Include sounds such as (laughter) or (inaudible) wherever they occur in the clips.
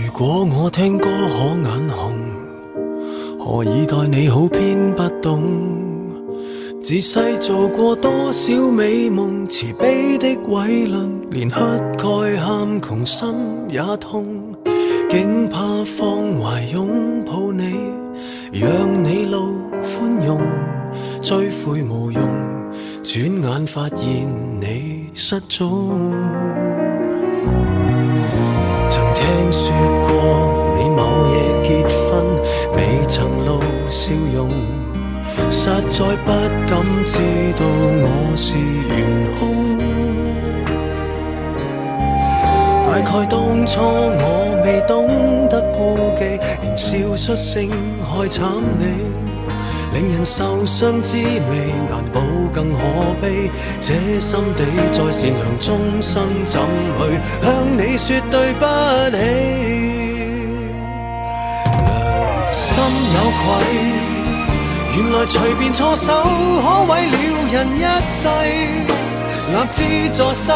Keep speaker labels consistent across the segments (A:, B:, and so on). A: 如果我聽歌可眼紅，何以待你好偏不懂？自細做過多少美夢，慈悲的偉論，連乞丐喊窮心也痛，竟怕放懷擁抱你，讓你路寬容，追悔無用，轉眼發現你失蹤。曾聽說過你某夜結婚，未曾露笑容，實在不敢知道我是元兇。大概當初我未懂得顧忌，連笑出聲害慘你。令人受傷滋味，難保更可悲。這心地在善良中生，怎去向你說對不起？良心有愧，原來隨便錯手可毀了人一世。立志助世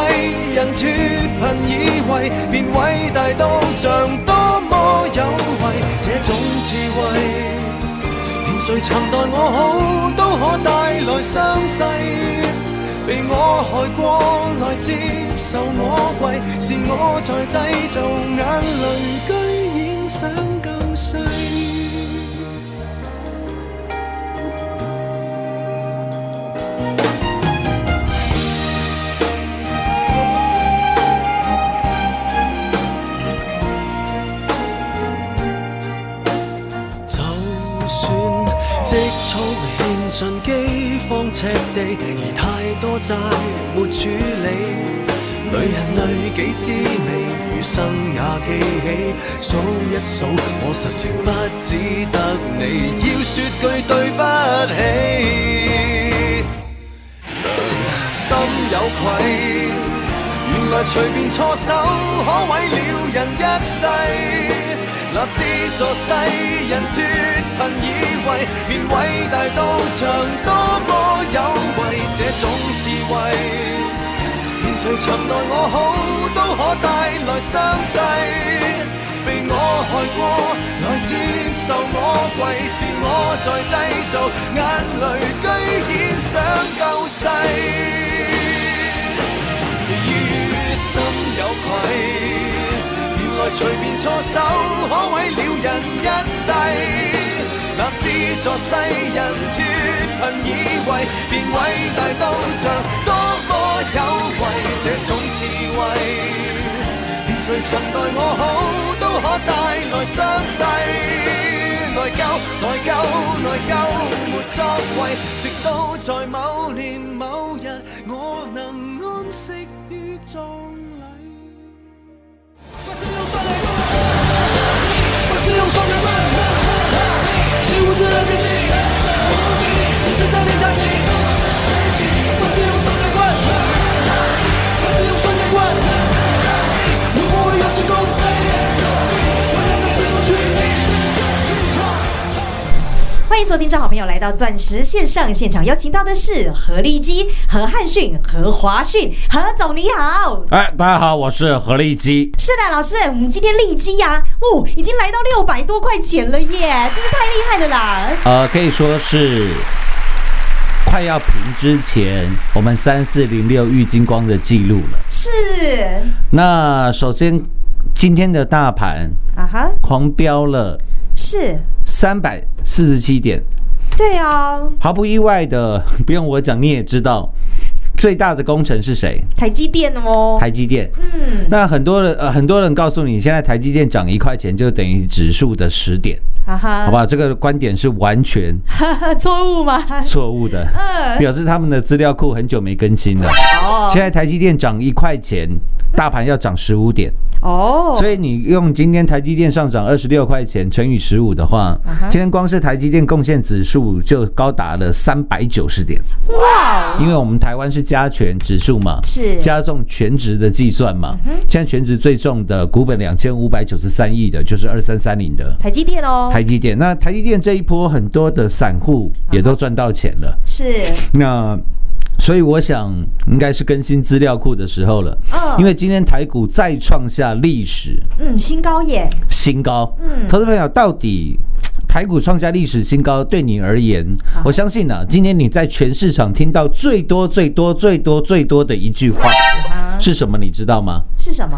A: 人脱貧以為，便偉大到像多麼有為，這種智慧。連誰曾待我好，都可帶來傷勢。被我害過來接受我跪，是我在製造眼淚，居然想救世。就算積蓄獻盡饑荒赤地，而太多債沒處理。女人累己滋味，餘生也記起。數一數，我實情不只得你，要說句對不起。良心有愧，原來隨便錯手可毀了人一世。立志助世人脱貧以為，便偉大到像多麼有為，這種智慧，連誰曾待我好都可帶來傷勢。被我害過來接受我跪，是我在製造眼淚，居然想救世，於心有愧。原來隨便錯手可毀了人一世，立志助世人脱貧以為，便偉大到像多麼有為，這種智慧，連誰曾待我好都可帶來傷勢。內疚，內疚，內疚，沒作為，直到在某年某日，我能安息於葬禮。我是用双腿吗？我是用双腿吗？是无知的天地，是谁在天堂里？我是用双腿棍，我是用双腿棍。如果我有成功，我要在天空去
B: 欢迎收听，正好朋友来到钻石线上现场，邀请到的是何立基、何汉逊、何华逊，何总你好。
C: 哎，大家好，我是何立基。
B: 是的，老师，我们今天立基呀、哦，已经来到六百多块钱了耶，真是太厉害了啦！
C: 呃，可以说是快要平之前，我们三四零六玉金光的记录了。
B: 是
C: 那首先，今天的大盘
B: 啊哈，
C: 狂飙了
B: 是，
C: 三百四十七点，
B: 对啊，
C: 毫不意外的，不用我讲你也知道，最大的功臣是谁？
B: 台积电哦，
C: 台积电。
B: 嗯，
C: 那很多人呃，很多人告诉你，现在台积电涨一块钱就等于指数的十点，
B: 啊哈，
A: 好不好？这个观点是完全
B: 吧， (laughs) 错误吗？
A: 错误的，
B: 嗯，
A: 表示他们的资料库很久没更新了。
B: 哦
A: 现在台积电涨一块钱，大盘要涨十五点，
B: (laughs) 哦，
A: 所以你用今天台积电上涨二十六块钱乘以十五的话
B: 嗯哼，
A: 今天光是台积电贡献指数就高达了三百九十点。
B: 哇哦，
A: 因为我们台湾是加权指数嘛，
B: 是嗯
A: 加重全值的计算嘛。现在全值最重的股本两千五百九十三亿的，就是二三三零的
B: 台积电哦，
A: 台积电。那台积电这一波，很多的散户
B: 嗯
A: 也都赚到钱了。
B: 是，
A: 那所以我想，应该是更新资料库的时候了。
B: 嗯，
A: 因为今天台股再创下历史
B: 嗯新高耶，
A: 新高。
B: 嗯
A: 投资朋友到底？台股创下历史新高，对你而言，
B: 好
A: 我相信啊，今天你在全市场听到最多、最多、最多、最多的一句话
B: 啊
A: 是什么？你知道吗？
B: 是什么？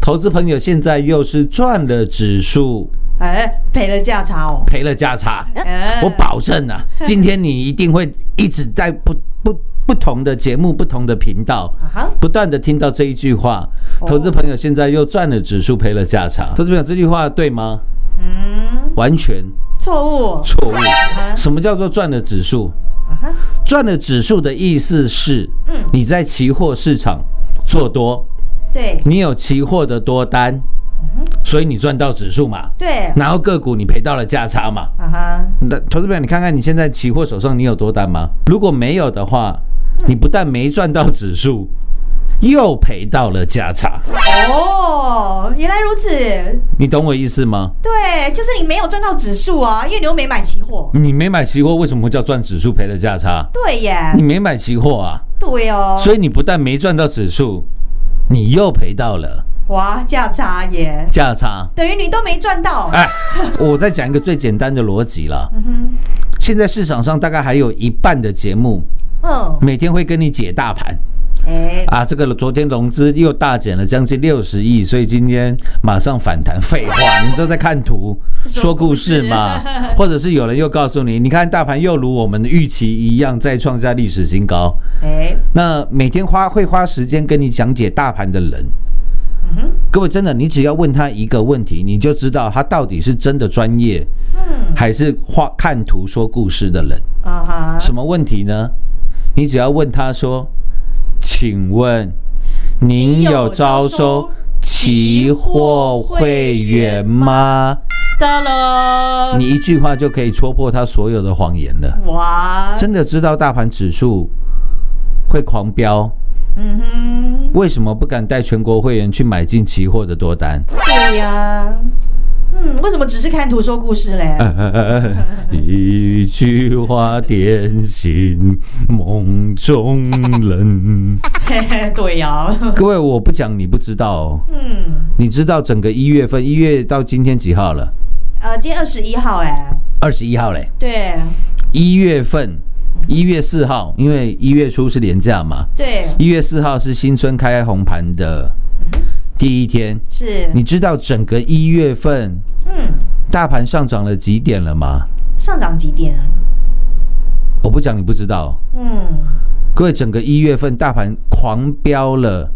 A: 投资朋友现在又是赚了指数，
B: 哎，赔了价差哦，
A: 赔了价差。
B: 哎
A: 我保证啊，今天你一定会一直在不不不同的节目、不同的频道
B: 啊哈，
A: 不断的听到这一句话。
B: 哦
A: 投资朋友现在又赚了指数，赔了价差。投资朋友这句话对吗？
B: 嗯，
A: 完全
B: 错误，
A: 错误。
B: 啊
A: 什么叫做赚了指数？
B: 哈，啊哈，
A: 赚了指数的意思是，
B: 嗯
A: 你在期货市场做多，
B: 对
A: 你有期货的多单，
B: 嗯
A: 所以你赚到指数嘛。
B: 对，嗯
A: 然后个股你赔到了价差嘛。
B: 啊哈，
A: 那投资朋友，你看看你现在期货手上你有多单吗？如果没有的话，你不但没赚到指数，又赔到了价差。
B: 哦，原来如此，
A: 你懂我意思吗？
B: 对，就是你没有赚到指数啊，因为你又没买期货，
A: 你没买期货，为什么会叫赚指数赔了价差？
B: 对耶，
A: 你没买期货啊，
B: 对哦，
A: 所以你不但没赚到指数，你又赔到了
B: 哇，价差耶，
A: 价差。
B: 等于你都没赚到，
A: 哎，我再讲一个最简单的逻辑了。
B: 嗯
A: 现在市场上大概还有一半的节目
B: 哼，嗯，
A: 每天会跟你解大盘。
B: 哎，
A: 啊，这个昨天融资又大减了将近六十亿，所以今天马上反弹。废话，你都在看图说故事 (laughs) 嘛？或者是有人又告诉你，你看大盘又如我们的预期一样再创下历史新高。
B: 哎，
A: 那每天花会花时间跟你讲解大盘的人，嗯各位真的，你只要问他一个问题，你就知道他到底是真的专业，还是画看图说故事的人。
B: 啊哈，
A: 什么问题呢？你只要问他说：“请问您有招收期货会员吗
B: 到？”了，
A: 你一句话就可以戳破他所有的谎言了。
B: 哇，
A: 真的知道大盘指数会狂飙，
B: 嗯哼，
A: 为什么不敢带全国会员去买进期货的多单？ (laughs)
B: 对呀，啊嗯，为什么只是看图说故事嘞？
A: 嗯一句话点醒梦中人。
B: 嘿嘿，对呀，
A: 各位，我不讲你不知道哦。
B: 嗯，
A: 你知道整个一月份，一月到今天几号了？
B: 呃，今天二十一号，哎，
A: 二十一号嘞。
B: 对
A: 一月份，一月四号，因为一月初是连假嘛，
B: 对，
A: 一月四号是新春开红盘的第一天。
B: 是，
A: 你知道整个一月份
B: 嗯，
A: 大盘上涨了几点了吗？
B: 上涨几点啊？
A: 我不讲你不知道，
B: 嗯，
A: 各位，整个一月份大盘狂飙了。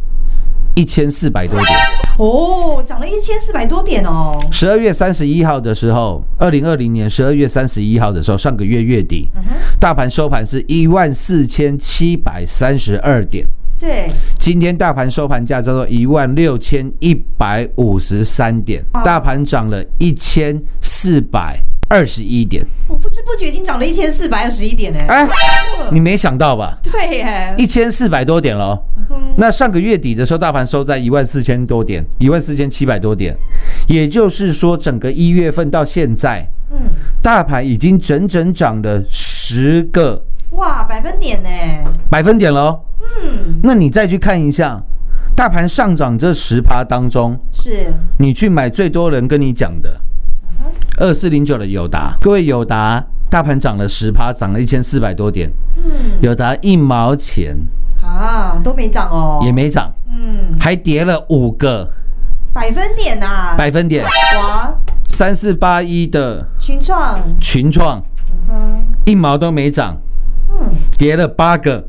A: 一千四百多点。
B: 哦，涨了一千四百多点哦，
A: 十二月三十一号的时候，二零二零年十二月三十一号的时候，上个月月底，
B: 嗯哼，
A: 大盘收盘是一万四千七百三十二点，
B: 对，
A: 今天大盘收盘价叫做一万六千一百五十三点，大盘涨了一千四百二十一点。
B: 我不知不觉已经涨了一千四百二十一点嘞，
A: 哎，你没想到吧？
B: 对耶，
A: 一千四百多点喽。那上个月底的时候，大盘收在一万四千多点，一万四千七百多点，也就是说，整个一月份到现在，
B: 嗯，
A: 大盘已经整整涨了十个
B: 哇，百分点呢，
A: 百分点喽。嗯，那你再去看一下，大盘上涨这十趴当中，
B: 是，
A: 你去买最多人跟你讲的二四零九的友达，各位友达，大盘涨了十趴，涨了一千四百多点，
B: 嗯，
A: 友达一毛钱
B: 啊，都没涨哦，
A: 也，没涨，
B: 嗯，
A: 还跌了五个
B: 百分点呐、
A: 百分点，
B: 哇，
A: 三四八一的
B: 群创，
A: 群创
B: 嗯
A: 一毛都没涨，
B: 嗯，
A: 跌了八个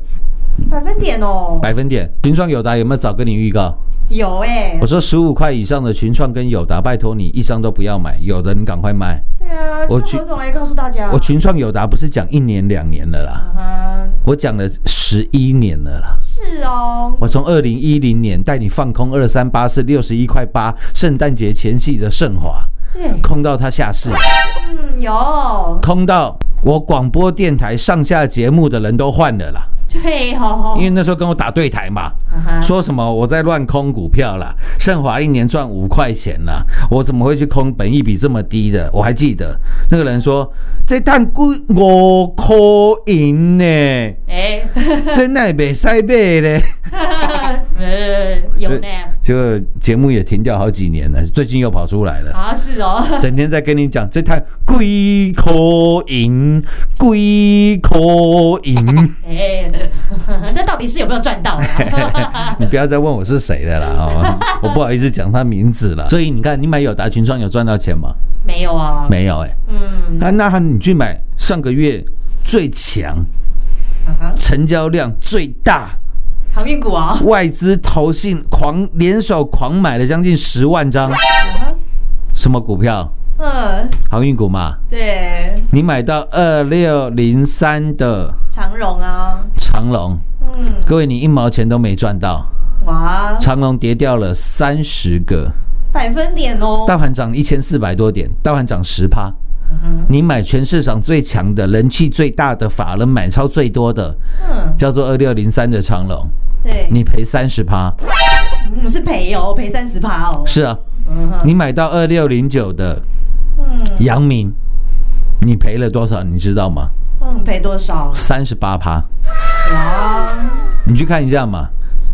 B: 百分点哦，
A: 百分点，群创友达有没有早跟你预告？
B: 有哎、
A: 我说十五块以上的群创跟友达，拜托你一张都不要买，有的你赶快卖。
B: 对啊，
A: 我
B: 就
A: 去
B: 何总来告诉大家，
A: 我群创友达不是讲一年两年了啦，
B: 啊，
A: 我讲了十一年了啦。
B: 是哦，
A: 我从二零一零年带你放空二三八四六十一块八，圣诞节前夕的盛华，
B: 对，
A: 空到它下市，
B: 嗯，有，
A: 空到我广播电台上下节目的人都换了啦，
B: 对哦，
A: 因为那时候跟我打对台嘛。
B: 啊哈
A: 说什么我在乱空股票啦，盛华一年赚五块钱啦，我怎么会去空本益比这么低的？我还记得那个人说这趟股五块
B: (laughs)
A: 银呢，
B: 哎， (laughs)
A: 这奈北塞贝嘞，
B: 呃，有呢，
A: 结果节目也停掉好几年了，最近又跑出来了。
B: 啊，是哦，
A: 整天在跟你讲这趟贵可银，贵可银，
B: (laughs) 哎，那到底是有没有赚到啊？
A: (laughs) 你不要再问我是谁的啦，
B: (laughs)
A: 哦，我不好意思讲他名字了。所以你看，你买友达群创有赚到钱吗？
B: 没有啊，
A: 没有哎、
B: 嗯，
A: 那那你去买上个月最强、
B: 啊哈
A: 成交量最大、
B: 航运股啊，
A: 外资投信狂联手狂买了将近十万张，什么股票？
B: 嗯，
A: 航运股嘛，
B: 对，
A: 你买到二六零三的
B: 长荣啊，
A: 长隆，
B: 嗯，
A: 各位你一毛钱都没赚到，
B: 哇，
A: 长隆跌掉了三十个，
B: 百分点哦，
A: 大盘涨一千四百多点，大盘涨十趴。你买全市场最强的、人气最大的、法人买超最多的，
B: 嗯，
A: 叫做二六零三的长隆，
B: 对，
A: 你赔三十趴。
B: 嗯是赔哦，赔三十趴哦，
A: 是啊，
B: 嗯哼
A: 你买到二六零九的
B: 嗯
A: 阳明，你赔了多少？你知道吗？
B: 嗯，赔多少？
A: 三十八趴。
B: 哇，
A: 你去看一下嘛。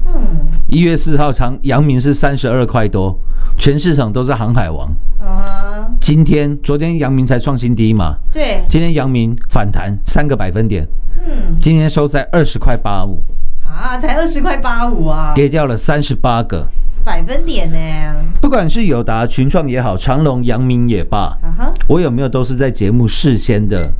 B: 嗯
A: 一月四号，长阳明是三十二块多，全市场都是航海王。
B: 嗯哼，
A: 今天、昨天阳明才创新低嘛，
B: 对，
A: 今天阳明反弹三个百分点，
B: 嗯，
A: 今天收在二十块八五，
B: 啊，才二十块八五啊，
A: 跌掉了三十八个。
B: 百分点呢，
A: 不管是友达、群创也好，长隆、阳明也罢，
B: 啊哈，
A: 我有没有都是在节目事先的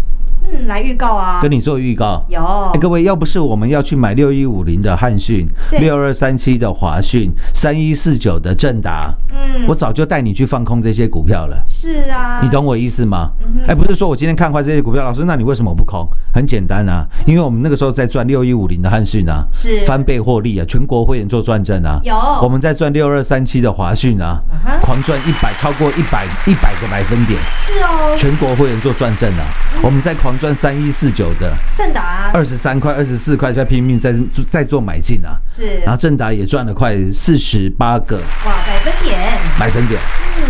B: 嗯，来预告啊，
A: 跟你做预告？
B: 有，
A: 哎各位，要不是我们要去买六一五零的汉讯、
B: 对
A: 六二三七的华讯、三一四九的正达，
B: 嗯，
A: 我早就带你去放空这些股票了。
B: 是啊，嗯
A: 你懂我意思吗？哎，不是说我今天看坏这些股票，老师，那你为什么不空？很简单啊，因为我们那个时候在赚六一五零的汉讯啊，
B: 是
A: 翻倍获利啊，全国会员做转正啊，
B: 有
A: 我们在赚六二三七的华讯啊
B: 啊哈，
A: 狂赚一百，超过一百一百个百分点，
B: 是哦，
A: 全国会员做转正啊，
B: 嗯
A: 我们在狂赚三一四九的。
B: 正达
A: 二十三块、二十四块在拼命在在做买进啊，
B: 是，
A: 然后正达也赚了快四十八个
B: 哇，百分点，
A: 百分点。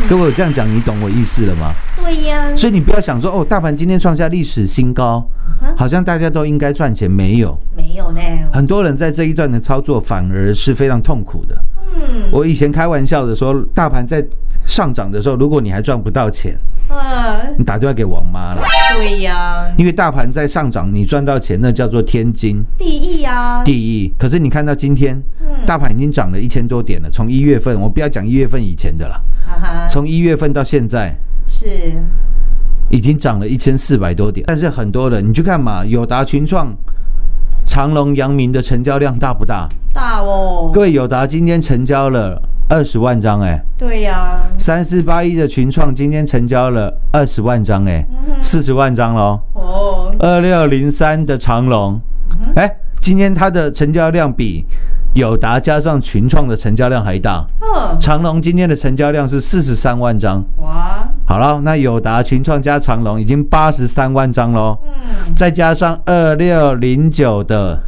A: 各位，我这样讲，你懂我意思了吗？
B: 对呀，
A: 所以你不要想说哦，大盘今天创下历史新高，好像大家都应该赚钱，没有。
B: 没有呢，
A: 很多人在这一段的操作反而是非常痛苦的。嗯，我以前开玩笑的说，大盘在上涨的时候，如果你还赚不到钱，
B: 嗯，
A: 你打电话给王妈了，
B: 对呀，
A: 因为大盘在上涨，你赚到钱那叫做天经。
B: 第一啊呀，
A: 第一，可是你看到今天，大盘已经涨了一千多点了。从一月份，我不要讲一月份以前的了，
B: 啊哈，
A: 从一月份到现在
B: 是，
A: 已经涨了一千四百多点。但是很多人，你去看嘛，友达、群创、长隆、阳明的成交量大不大？
B: 大哦
A: 各，位，友达今天成交了二十万张、哎，
B: 对呀，
A: 三四八一的群创今天成交了二十万张、哎，四十万张喽。
B: 哦，
A: 二六零三的长龙，哎、今天它的成交量比友达加上群创的成交量还大。
B: 嗯，
A: 长龙今天的成交量是四十三万张，
B: 哇，
A: 好了，那友达、群创加长龙已经八十三万张喽，
B: 嗯，
A: 再加上二六零九的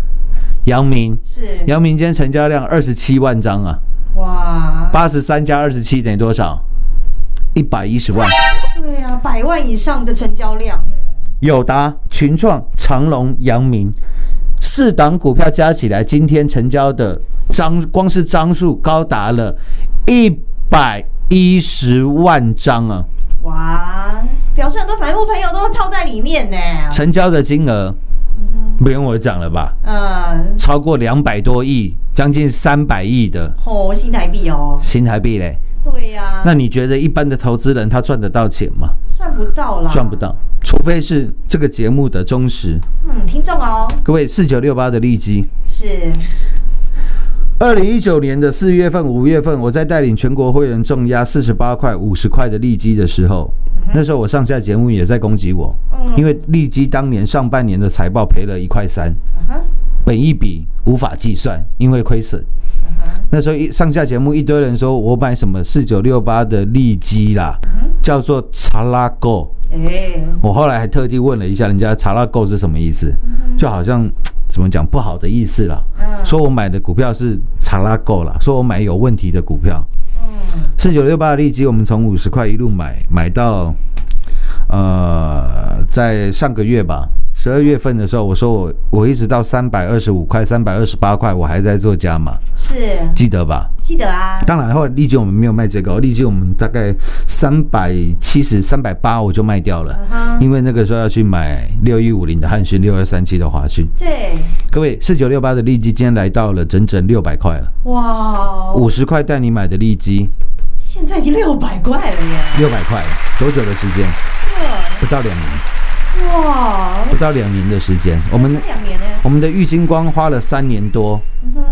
A: 阳明，
B: 是，
A: 阳明今天成交量二十七万张啊，
B: 哇，
A: 八十三加二十七等于多少？一百一十万。
B: 对呀，百万以上的成交量，
A: 友达、群创、长隆、阳明四档股票加起来，今天成交的张光是张数高达了一百一十万张啊，
B: 哇，表示很多散户朋友都套在里面呢，
A: 成交的金额不用我讲了吧？
B: 嗯，
A: 超过两百多亿，将近三百亿的
B: 哦，新台币哦，
A: 新台币嘞。
B: 对呀，
A: 那你觉得一般的投资人他赚得到钱吗？
B: 赚不到啦，
A: 赚不，到，除非是这个节目的忠实。
B: 嗯，听众哦，
A: 各位，四九六八的利基。
B: 是，
A: 二零一九年的四月份、五月份，我在带领全国会员重压四十八块、五十块的利基的时候，那时候我上下节目也在攻击我，因为利基当年上半年的财报赔了一块三，
B: 哼
A: 本一比无法计算，因为亏损。那时候一上下节目，一堆人说我买什么四九六八的利基啦，叫做查拉购。
B: 哎，
A: 我后来还特地问了一下人家查拉购是什么意思，就好像怎么讲不好的意思啦，说我买的股票是查拉购啦，说我买有问题的股票。四九六八的利基，我们从五十块一路买买到，呃，在上个月吧，十二月份的时候，我说我我一直到三百二十五块、三百二十八块，我还在做加码，
B: 是
A: 记得吧？
B: 记得啊，
A: 当然后来利基我们没有卖最高，利基我们大概三百七十、三百八我就卖掉了，
B: 啊
A: 因为那个时候要去买六一五零的汉讯、六二三七的华讯。
B: 对，
A: 各位，四九六八的利基今天来到了整整六百块了，
B: 哇，
A: 五十块带你买的利基
B: 现在已经六百块了耶，
A: 六百块了，多久的时间？不到两年，
B: 哇，
A: 不到两年的时间，我们
B: 这两年呢，
A: 我们的郁金光花了三年多，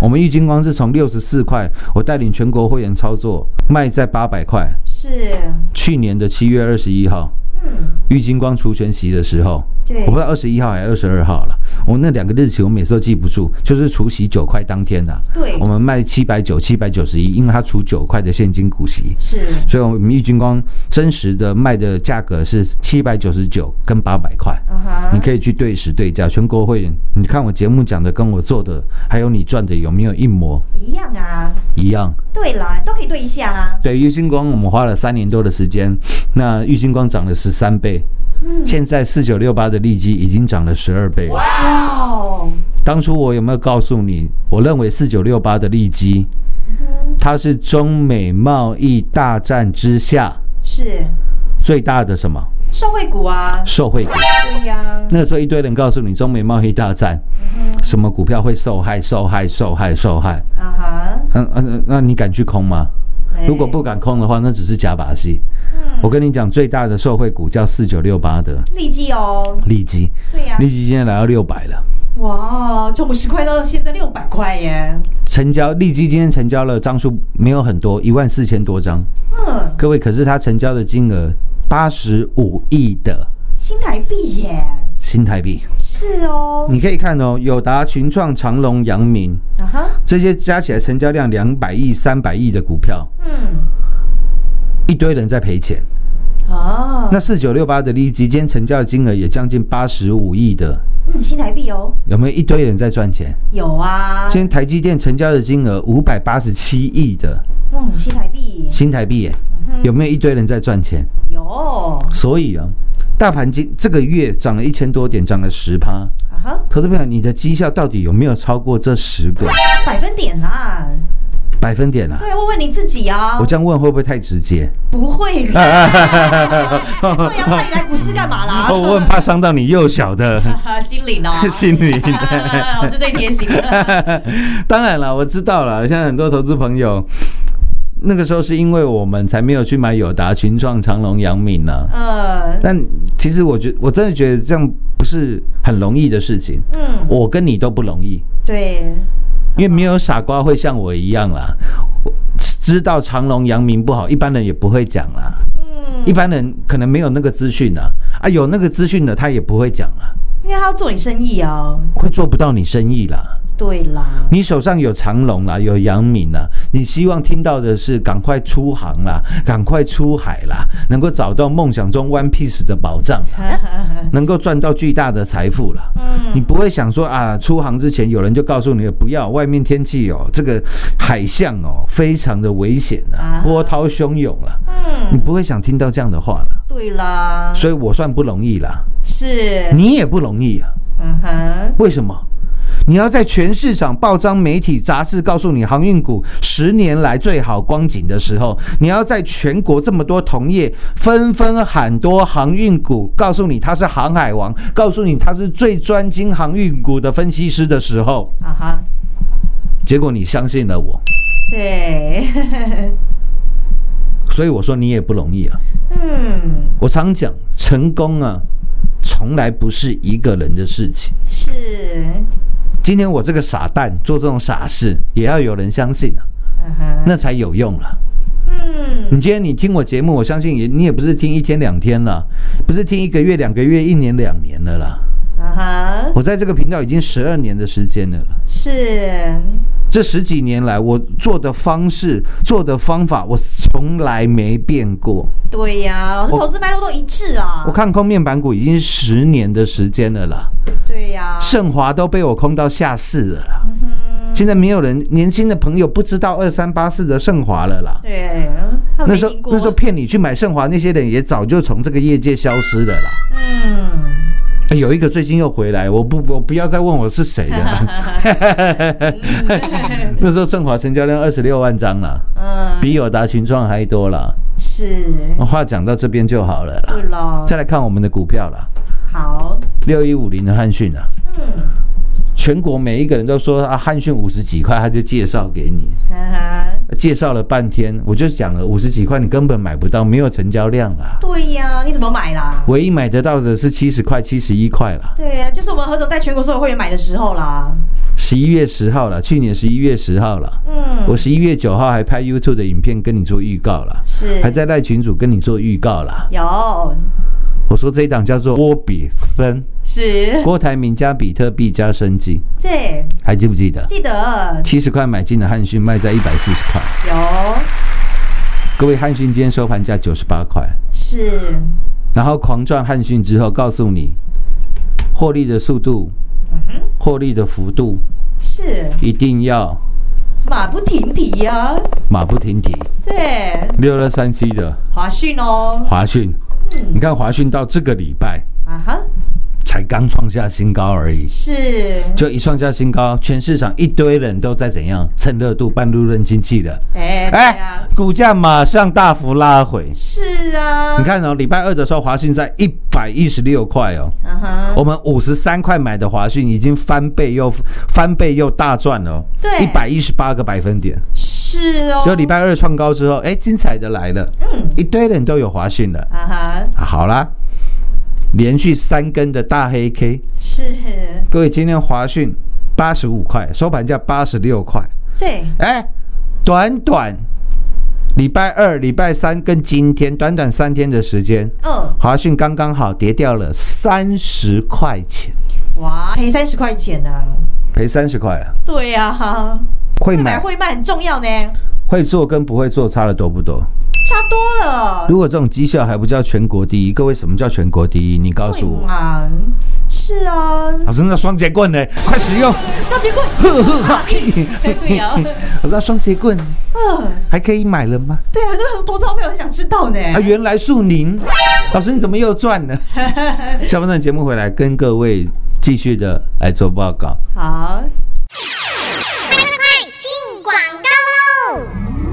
A: 我们郁金光是从六十四块，我带领全国会员操作，卖在八百块，
B: 是，
A: 去年的七月二十一号。
B: 嗯，
A: 郁金光除权息的时候，
B: 对
A: 我不知道二十一号还是二十二号了。我那两个日期我每次都记不住，就是除息九块当天啊，
B: 对
A: 我们卖七百九、七百九十一，因为它除九块的现金股息，
B: 是，
A: 所以我们郁金光真实的卖的价格是七百九十九跟八百块。
B: 嗯
A: 你
B: 哼，
A: 可以去对时对价，全国会员，你看我节目讲的跟我做的，还有你赚的有没有一模
B: 一样啊，
A: 一样？
B: 对啦，都可以对一下啦，
A: 对，玉星光我们花了三年多的时间，那玉星光涨了十三倍，现在四九六八的利基已经涨了十二倍。
B: 哇哦，
A: 当初我有没有告诉你，我认为四九六八的利基，它是中美贸易大战之下
B: 是，
A: 最大的什么
B: 受惠股啊，
A: 受惠股？
B: 对呀，
A: 那时候一堆人告诉你，中美贸易大战，什么股票会受害、受害、受害、受害。
B: 啊哈，
A: 嗯嗯，嗯那你敢去空吗？
B: 哎
A: 如果不敢空的话，那只是假把戏。我跟你讲，最大的受惠股叫四九六八的
B: 利基哦，
A: 利基，
B: 对呀，
A: 利基今天来到六百了，
B: 哇，从五十块到现在六百块耶，
A: 成交利基今天成交了张数没有很多，一万四千多张。
B: 嗯，
A: 各位，可是它成交的金额八十五亿的
B: 新台币耶，
A: 新台币。
B: 是哦，
A: 你可以看哦，友达、群创、长隆、阳明
B: 啊哈，
A: 这些加起来成交量两百亿、三百亿的股票，
B: 嗯，
A: 一堆人在赔钱。
B: 哦，
A: 那四九六八的利基今天成交的金额也将近八十五亿的，
B: 嗯，新台币哦，
A: 有没有一堆人在赚钱？
B: 有啊，
A: 今天台积电成交的金额五百八十七亿的
B: 嗯，新台币
A: 新台币耶，有没有一堆人在赚钱？
B: 有，啊
A: 所以啊，大盘今这个月涨了一千多点，涨了十趴。
B: 哈，
A: 投资朋友，你的绩效到底有没有超过这十个
B: 百分点啦，
A: 百分点啊？
B: 对，问问你自己啊
A: 我，这样问会不会太直接？
B: 不会啦，
A: (laughs)
B: 对呀，那你来股市干嘛啦？
A: 哦，
B: (laughs)
A: 我很怕伤到你幼小的 (laughs)
B: 心领哦，
A: 心灵。
B: (laughs) 老师最贴心了，
A: 当然了，我知道了，现在很多投资朋友。那个时候是因为我们才没有去买友达、群创、长隆、阳明啊呢、
B: 呃，
A: 但其实我觉我真的觉得这样不是很容易的事情，
B: 嗯，
A: 我跟你都不容易，
B: 对，
A: 因为没有傻瓜会像我一样啦。我知道长隆、阳明不好，一般人也不会讲啦。
B: 嗯，
A: 一般人可能没有那个资讯啊，啊，有那个资讯的他也不会讲啊，
B: 因为他要做你生意啊，
A: 会做不到你生意啦。
B: 对啦，
A: 你手上有长隆啦，有阳明啦，你希望听到的是赶快出航啦，赶快出海啦，能够找到梦想中 One Piece 的宝藏 (laughs) 啦，能够赚到巨大的财富啦。嗯，你不会想说啊，出航之前有人就告诉你不要，外面天气哦，这个海象哦，非常的危险啊
B: 啊，
A: 波涛汹涌啦。嗯，你不会想听到这样的话啦，
B: 对啦，
A: 所以我算不容易啦，
B: 是，
A: 你也不容易啊。
B: 嗯哼，
A: 为什么？你要在全市场报章、媒体、杂志告诉你航运股十年来最好光景的时候，你要在全国这么多同业纷纷喊多航运股，告诉你他是航海王，告诉你他是最专精航运股的分析师的时候，
B: 啊哈，
A: 结果你相信了我，
B: 对， (laughs)
A: 所以我说你也不容易啊。
B: 嗯，
A: 我常讲，成功啊，从来不是一个人的事情。
B: 是，
A: 今天我这个傻蛋做这种傻事，也要有人相信啊，
B: 嗯哼，
A: 那才有用了、啊
B: 嗯，
A: 你今天你听我节目，我相信也你也不是听一天两天了，不是听一个月、两个月、一年两年了啦。
B: 啊哈，
A: 我在这个频道已经十二年的时间了啦。
B: 是，
A: 这十几年来，我做的方式、做的方法，我从来没变过。
B: 对呀，老师
A: 我
B: 投资脉络都一致啊
A: 我，看空面板股已经十年的时间了啦，
B: 对呀，
A: 盛华都被我空到下市了啦。现在没有人年轻的朋友不知道二三八四的盛华了啦。
B: 对，他
A: 那
B: 们没
A: 时候
B: 听过
A: 那时候骗你去买盛华那些人也早就从这个业界消失
B: (laughs)
A: 了啦。
B: 嗯，
A: 哎有一个最近又回来，我不我不要再问我是谁
B: 嗯
A: 了。 (laughs) 那时候盛华成交量二十六万张了，
B: 嗯，
A: 比友达群创还多了。
B: 是，
A: 话讲到这边就好了
B: 对
A: 啦，
B: 喽，
A: 再来看我们的股票啦，
B: 好，
A: 六一五零的汉讯啊，
B: 嗯，
A: 全国每一个人都说啊，汉讯五十几块，他就介绍给你，
B: 哈啊哈，
A: 介绍了半天，我就讲了五十几块你根本买不到，没有成交量啦，
B: 对呀，你怎么买啦？
A: 唯一买得到的是七十块、七十一块啦，
B: 对呀，就是我们何总带全国所有会员买的时候啦，
A: 十一月十号啦，去年十一月十号啦，
B: 嗯，
A: 我十一月九号还拍 YouTube 的影片跟你做预告啦，
B: 是
A: 还在赖群主跟你做预告啦，
B: 有
A: 我说这一档叫做郭比森，
B: 是，
A: 郭台铭加比特币加生计，
B: 对，
A: 还记不记得？
B: 记得
A: 七十块买进的汉讯卖在一百四十块，
B: 有
A: 各位汉讯今天收盘价九十八块，
B: 是，
A: 然后狂赚汉讯之后，告诉你获利的速度、
B: 嗯哼，
A: 获利的幅度
B: 是
A: 一定要
B: 马不停蹄呀，
A: 马不停蹄。
B: 对，
A: 六二三七的
B: 华讯哦，
A: 华讯，你看华讯到这个礼拜
B: 啊哈，
A: 才刚创下新高而已，
B: 是，
A: 就一创下新高，全市场一堆人都在怎样趁热度、半路认亲戚的，
B: 哎，对
A: 哎
B: 呀，，
A: 股价马上大幅拉回。
B: 是啊，
A: 你，看哦，礼拜二的时候，华讯在一百一十六块哦，
B: 啊哈，
A: 我们五十三块买的华讯已经翻倍又翻倍又大赚了哦，
B: 对
A: 一百一十八个百分点。
B: 是哦，
A: 就礼拜二创高之后，哎，精彩的来了，
B: 嗯，
A: 一堆人都有华讯了。
B: 啊哈，
A: 啊好啦，连续三根的大黑 K，
B: 是，
A: 各位今天华讯八十五块，收盘价八十六块，
B: 对，
A: 哎，短短礼拜二、礼拜三跟今天短短三天的时间，
B: 嗯，
A: 华讯刚刚好跌掉了三十块钱，
B: 哇，赔三十块钱啊，
A: 赔三十块了。
B: 对呀，
A: 会
B: 会买
A: 买
B: 会卖很重要呢，
A: 会做跟不会做差的多不多？
B: 差多了
A: 如，果这种绩效还不叫全国第一，各位什么叫全国第一？你告诉
B: 对
A: 我。
B: 嘛，是啊，
A: 老师，那双节棍呢？快使用！
B: 双
A: (laughs)
B: 节棍，
A: 呵呵哈！
B: (laughs) 对
A: (laughs)
B: 呀，
A: 我知道双节棍
B: 嗯。
A: 还可以买了吗？
B: 对啊，很多投资好朋友很想知道呢。
A: 啊，原来树林，老师你怎么又赚
B: (laughs)
A: 了？下半段节目回来跟各位继续的来做报告。
B: 好，
D: 进广告喽！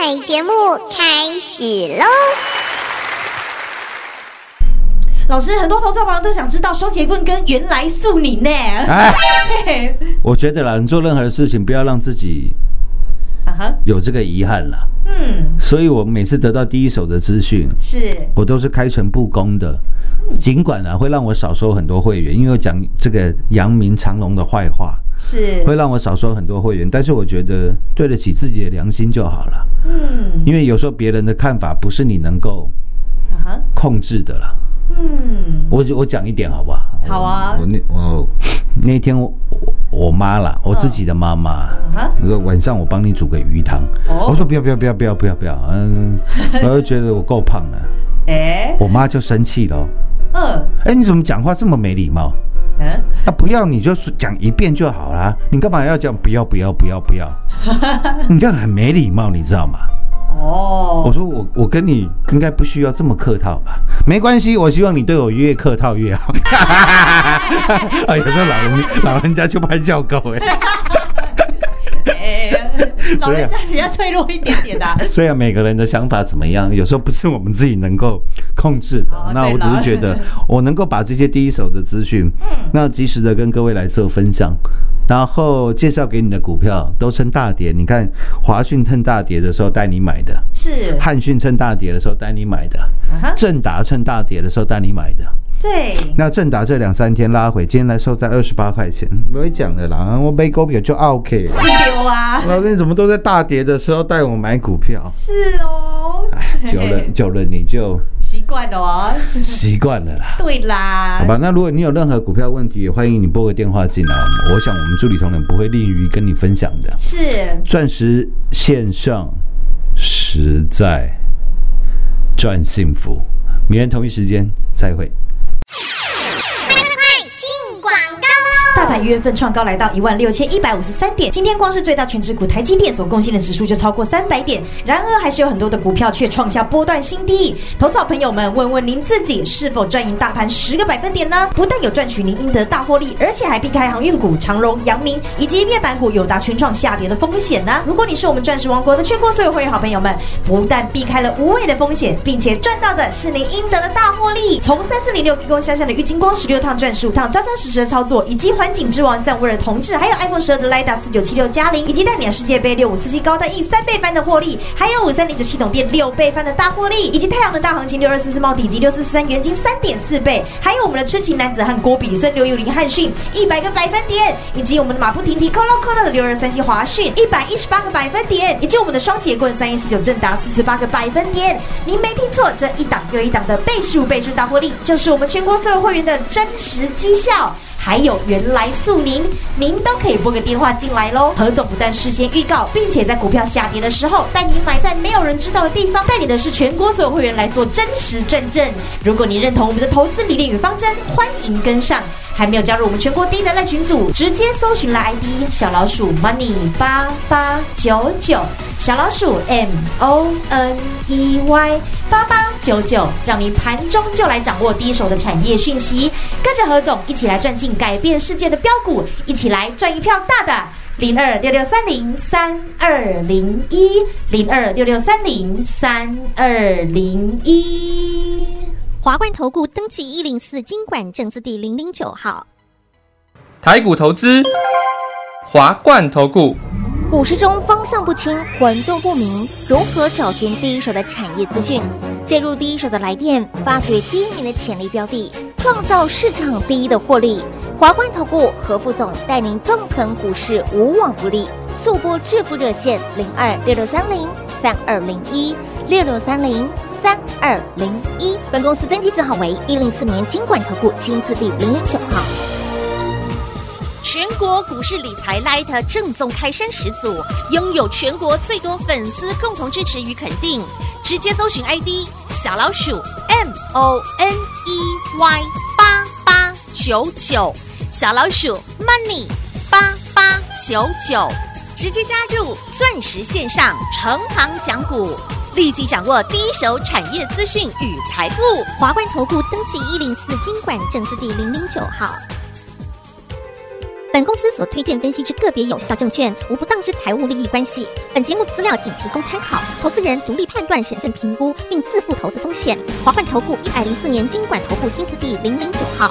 E: 彩节目开始喽！
B: 老师，很多投资好朋友都想知道双节棍跟原来素你呢。
A: 哎，
B: 嘿
A: 我觉得啦，你做任何的事情不要让自己
B: 啊哈，
A: 有这个遗憾啦。
B: 嗯，
A: 所以我每次得到第一手的资讯，
B: 是，
A: 我都是开诚布公的。尽管啊会让我少收很多会员，因为我讲这个扬名长隆的坏话，
B: 是，
A: 会让我少收很多会员。但是我觉得对得起自己的良心就好了，
B: 嗯，
A: 因为有时候别人的看法不是你能够
B: 啊哈，
A: 控制的啦。
B: 嗯，
A: 我我讲一点好不好？
B: 好啊
A: 我那我那天我我我妈啦，
B: 嗯
A: 我自己的妈妈
B: 啊
F: 哈，
A: 我说晚上我帮你煮个鱼汤，
F: 哦
A: 我说不要不要不要不要不要不要，
B: (laughs)
A: 嗯，我就觉得我够胖了，
F: 哎，
A: 我妈就生气了哦，
F: 嗯
A: 哎，你怎么讲话这么没礼貌？
F: 嗯，
A: 那不要你就讲一遍就好啦，你干嘛要讲不要不要不要不要？你这样很没礼貌，你知道吗？我
F: 哦，
A: 说我我跟你应该不需要这么客套吧？没关系，我希望你对我越客套越好。 (laughs) 啊，有时候老人老人家就怕叫狗哎、 (laughs)
F: 哎，
A: 啊
F: 老人家比较脆弱一点点的啊，
A: 虽然每个人的想法怎么样，有时候不是我们自己能够控制的。
F: 哦
A: 那
F: 对
A: 我只
F: 了
A: 是觉
F: (laughs)
A: 得，我能够把这些第一手的资讯，
F: 嗯
A: 那及时的跟各位来做分享，然后介绍给你的股票都趁大跌。你看华讯趁大跌的时候带你买的，
F: 是，
A: 汉讯趁大跌的时候带你买的，
F: 啊哈
A: 正达趁大跌的时候带你买的。
F: 对，
A: 那正达这两三天拉回，今天来收在二十八块钱，我也讲了啦，我被股票就 OK 了。
F: 丢啊，
A: 老师，你怎么都在大跌的时候带我买股票？
F: 是哦，
A: 哎，久了久了你就
F: 习惯了哦，
A: 习惯了啦。
F: 对啦，
B: 哎
A: 好吧，那如果你有任何股票问题，也欢迎你拨个电话进来。我们我想我们助理同仁不会吝于跟你分享的。
F: 是，
A: 钻石线上实在赚幸福，明天同一时间再会。
D: 进广告
F: 大盘一月份创高来到一万六千一百五十三点，今天光是最大全指股台积电所贡献的指数就超过三百点。然而，还是有很多的股票却创下波段新低。投资好朋友们，问问您自己是否赚赢大盘十个百分点呢？不但有赚取您应得大获利，而且还避开航运股、长荣、阳明以及面板股友达群创下跌的风险呢、如果你是我们钻石王国的全国所有会员好朋友们，不但避开了无谓的风险，并且赚到的是您应得的大获利。从三四零六提供下向的郁金光十六趟赚十五趟，扎扎实实的操作，以及环境之王赞威尔同志，还有 iPhone 十二的 Lida 四九七六加零，以及代免世界杯六五四七高端 E 三倍翻的获利，还有五三零九系统店六倍翻的大获利，以及太阳能大行情六二四四帽底以及六四四三元金三点四倍，还有我们的痴情男子汉郭比森刘友林汉逊一百个百分点，以及我们的马不停蹄 Colo Colo 的六二三七华讯一百一十八个百分点，以及我们的双节棍三一四九正达四十八个百分点。您没听错，这一档又一档的倍数倍数大获利，就是我们全国所有会员的真实绩效。还有原来速宁，您都可以拨个电话进来喽。何总不但事先预告，并且在股票下跌的时候带您埋在没有人知道的地方，带领的是全国所有会员来做真实见证。如果你认同我们的投资理念与方针，欢迎跟上。还没有加入我们全国第一的赖群组，直接搜寻了 ID 小老鼠 money 八八九九，小老鼠 m o n e y 八八九九，让您盘中就来掌握第一手的产业讯息，跟着何总一起来赚进改变世界的标股，一起来赚一票大的。零二六六三零三二零一，零二六六三零三二零一。
D: 华冠投顾登记一零四经管证字第零零九号。
G: 台股投资，华冠投顾。
D: 股市中方向不清、混沌不明，如何找寻第一手的产业资讯？介入第一手的来电，发掘第一名的潜力标的，创造市场第一的获利。华冠投顾何副总带领纵横股市，无往不利。速播致富热线零二六六三零三二零一六六三零三二零一。本公司登记字号为一零四年经管投顾新字第零零九号。
H: 全国股市理财 Light 正宗开山始祖，拥有全国最多粉丝共同支持与肯定。直接搜寻 ID 小老鼠 M O N E Y 八八九九，小老鼠 Money 八八九九，直接加入钻石线上成堂讲股，立即掌握第一手产业资讯与财富。
D: 华冠投顾登记一零四经管证字第零零九号。本公司所推荐分析之个别有效证券，无不当之财务利益关系。本节目资料仅提供参考，投资人独立判断、审慎评估，并自负投资风险。华冠投顾一百零四年经管投顾新字第零零九号。